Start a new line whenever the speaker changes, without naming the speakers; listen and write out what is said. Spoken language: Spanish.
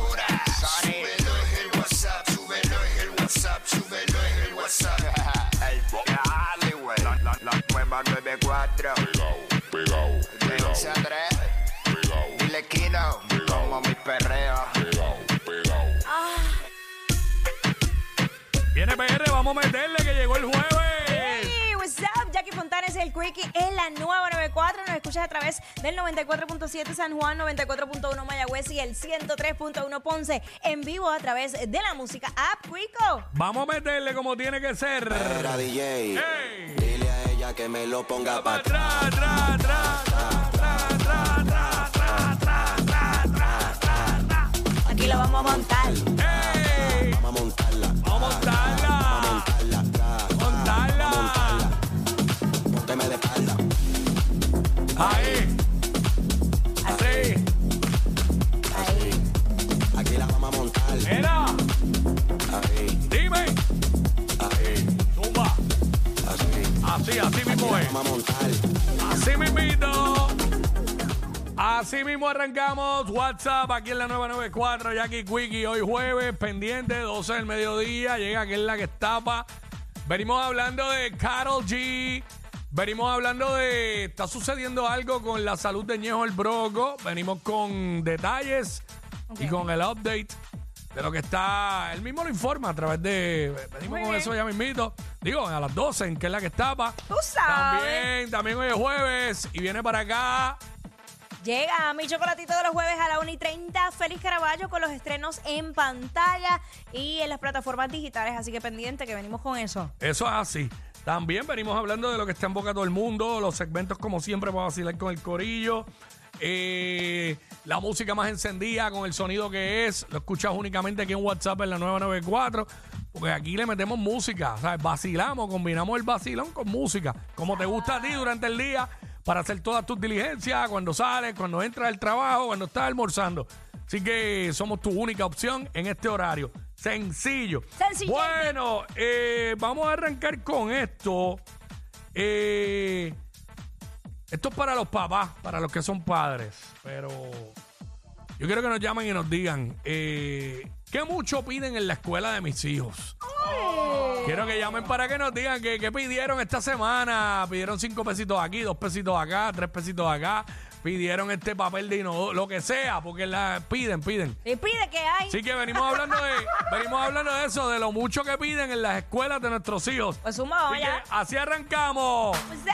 Rumba 94.
Pegao, pegao,
De 11 a
pegao,
3.
pegao,
Dile kilo. Como mis perreos.
pegao, pegao.
Viene PR, vamos a meterle que llegó el jueves.
Hey, what's up? Jackie Fontanes, el Quickie en la nueva 94. Nos escuchas a través del 94.7 San Juan, 94.1 Mayagüez y el 103.1 Ponce. En vivo a través de la música App Quico.
Vamos a meterle como tiene que ser.
Era DJ.
Ey.
Dile a ella que me lo ponga para
Tra, tra, tra, tra, tra, tra, tra, tra, tra, tra, tra, tra,
Aquí lo vamos a montar.
tra. Ey.
Vamos a montarla.
Vamos a montarla.
Montarla, tra, tra.
Montarla.
Pónteme de espalda.
Ahí. Así.
Ahí.
Aquí la vamos a montar.
Era.
Ahí,
Dime.
ahí,
Tumba.
así.
Así, así mismo es.
Vamos a montar.
Así mismito. Así mismo arrancamos WhatsApp aquí en la 994, Jackie Quickie, hoy jueves, pendiente, 12 del mediodía, llega que es la que estapa. Venimos hablando de Carol G, venimos hablando de, está sucediendo algo con la salud de Ñejo el Broco, venimos con detalles y con el update de lo que está, él mismo lo informa a través de,
Muy
venimos con
bien.
eso ya mismito, digo, a las 12 en que es la que estapa.
Tú sabes.
También, también hoy es jueves y viene para acá.
Llega mi chocolatito de los jueves a la 1 y 30. Feliz Caraballo con los estrenos en pantalla y en las plataformas digitales. Así que pendiente que venimos con eso.
Eso es así. También venimos hablando de lo que está en boca de todo el mundo, los segmentos como siempre para vacilar con el corillo, eh, la música más encendida con el sonido que es, lo escuchas únicamente aquí en WhatsApp en la 994, porque aquí le metemos música, ¿sabes? vacilamos, combinamos el vacilón con música, como te gusta a ti durante el día, para hacer todas tus diligencias, cuando sales, cuando entras al trabajo, cuando estás almorzando. Así que somos tu única opción en este horario. Sencillo.
Sencillete.
Bueno, eh, vamos a arrancar con esto. Eh, esto es para los papás, para los que son padres. Pero yo quiero que nos llamen y nos digan eh, qué mucho piden en la escuela de mis hijos. Quiero que llamen para que nos digan que, que pidieron esta semana. Pidieron cinco pesitos aquí, dos pesitos acá, tres pesitos acá. Pidieron este papel de inodoro, lo que sea, porque la piden, piden.
Y pide que hay.
Así que venimos hablando de, venimos hablando de eso, de lo mucho que piden en las escuelas de nuestros hijos.
Pues suma,
Así que
vaya.
así arrancamos.
What's up?